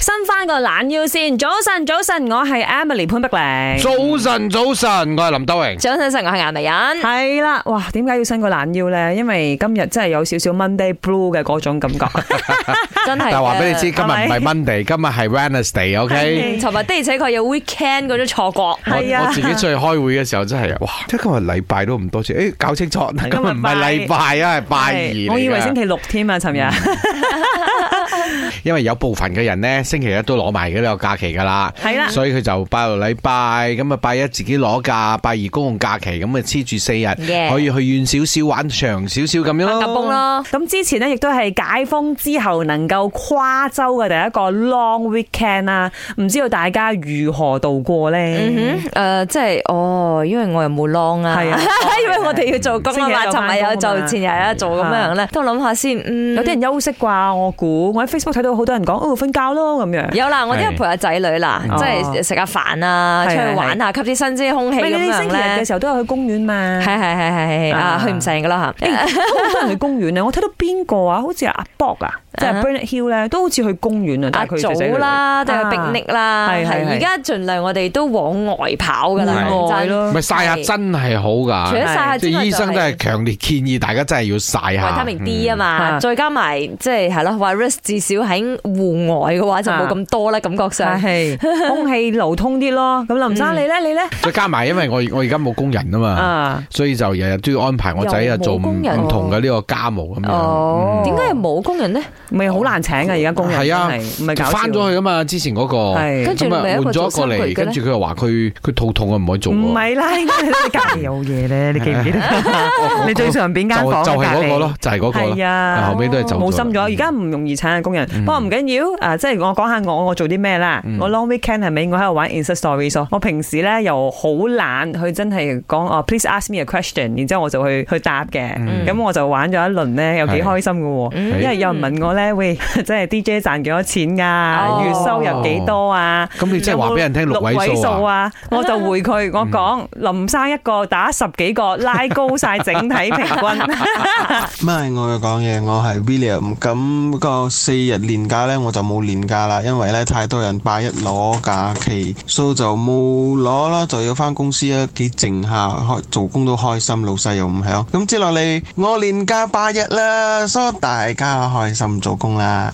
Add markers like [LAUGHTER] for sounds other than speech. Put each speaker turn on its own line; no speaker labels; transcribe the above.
伸翻個懶腰先。早晨，早晨，我係 Emily 潘碧玲。
早晨，早晨，我係林德榮。
早晨，晨我係顏
[LAUGHS]
美欣。
係啦，哇！點解要伸個懶腰呢？因為今日真係有少少 Monday Blue 嘅嗰種感覺。
真
但
係嘅。
係話俾你知，今日
係
唔
咪
係 Monday，今日係 Wednesday，OK？
嗯，尋日的而且確有 weekend 嗰種錯覺。
我
係啊
我自己出去開會嘅時候真係，哇！即係今日禮拜都唔多次，誒，搞清楚，今日唔係禮拜啊，係拜二嚟㗎
我以為星期六添啊，尋日。
[LAUGHS] 因為有部分嘅人咧，星期一都攞埋嘅呢個假期㗎啦，
係啦
所以佢就拜六禮拜，咁啊拜一自己攞假，拜二公共假期，咁啊黐住四日
Yeah
可以去遠少少玩長少少咁樣
哦
夾
咯
崩。啦，
咁之前呢，亦都係解封之後能夠跨州嘅第一個 long weekend 啦。唔知道大家如何度過呢？
嗯哼，誒，即係哦，因為我又冇 long 啊，
係啊
[LAUGHS] 因為我哋要做工啊嘛，
星期日就
尋日有
返工啊嘛
做，前日有做咁樣咧，等我諗下先，嗯，
有啲人休息啩，我估我喺 Facebook 睇到好多人講，哦，瞓覺咯咁樣。
有啦，我都有
係
陪下仔女啦，
哦
即係食下飯啊，
係
出去
係
玩下，吸啲新鮮空氣
喂
咁
你
樣
星期日
咧
嘅。時候都有去公園嘛？
係係係係係啊
啊，
去唔成噶啦嚇。
好多人去公
[LAUGHS]
園咧，我睇到邊個啊？好似係阿 Bob 啊，即係
啊
Bernard Hill 咧，都好似去公園啊，
阿
但係佢
早
仔仔女女
啦，都有
啊
picnic 啦，
係係
係
係
而家盡量我哋都往外跑噶啦，
戶外咯
咪曬下
係
真係好
除咗
㗎，
曬下之
即係
外，
醫生都係強烈建議大家真係要曬
維
下
他命 D 啊嘛，
嗯
再加埋即係係咯，virus 至少喺戶外嘅話就冇咁多啦，感覺上。
係空氣流通啲咯。咁林生
嗯
你咧，你咧
再加埋，因為我我而家冇工人啊嘛，
啊？
所以就日日都要安排我仔
又
啊
冇
做唔
工人
唔同嘅呢個家務咁樣。嗯
哦，點解係冇工人呢？
咪好難請啊！而家工人
係啊
真係唔係搞笑
翻咗去啊嘛，之前嗰個，
係
跟住
咁啊
咪
換
有一個
咗
做
一個
生
嚟，
意嘅咧
跟住佢又話佢佢肚痛啊，唔可以做喎。
唔係
[LAUGHS]
啦，應該係隔離有嘢咧，你記唔記得？你最上邊
就
間房
哦就係
係
嗰個咯，，就係嗰
隔
個
離係
咯。
啊，
後尾都係走咗啦嗯
冇心咗，而家唔容易請嘅工人。不過唔緊要，啊，即係我講下我我做啲咩啦。
嗯
我 long weekend 係咪我喺度玩 Insta Stories 咯我平時咧又好懶，佢真係講哦，please ask me a question，然之後我就去去答嘅。
嗯
咁我就玩咗一輪咧，又幾開心嘅喎，因為有人問我咧，喂， [LAUGHS] 即係 DJ 賺幾多錢
哦
㗎？月收入幾多啊？
咁你即係話俾人聽六位數
數
啊？嗯
啊！我就回佢，我講林生一個打十幾個，拉高晒整體平
[LAUGHS]
均。
唔係我要講嘢，我係 William。咁個四日年假呢，我就冇年假啦，因為呢太多人拜一攞假期，所以就冇攞啦，就要翻公司啊，幾靜下，開做工都開心，老細又唔響。咁接落嚟我年假八日啦，所以大家開心做工啦。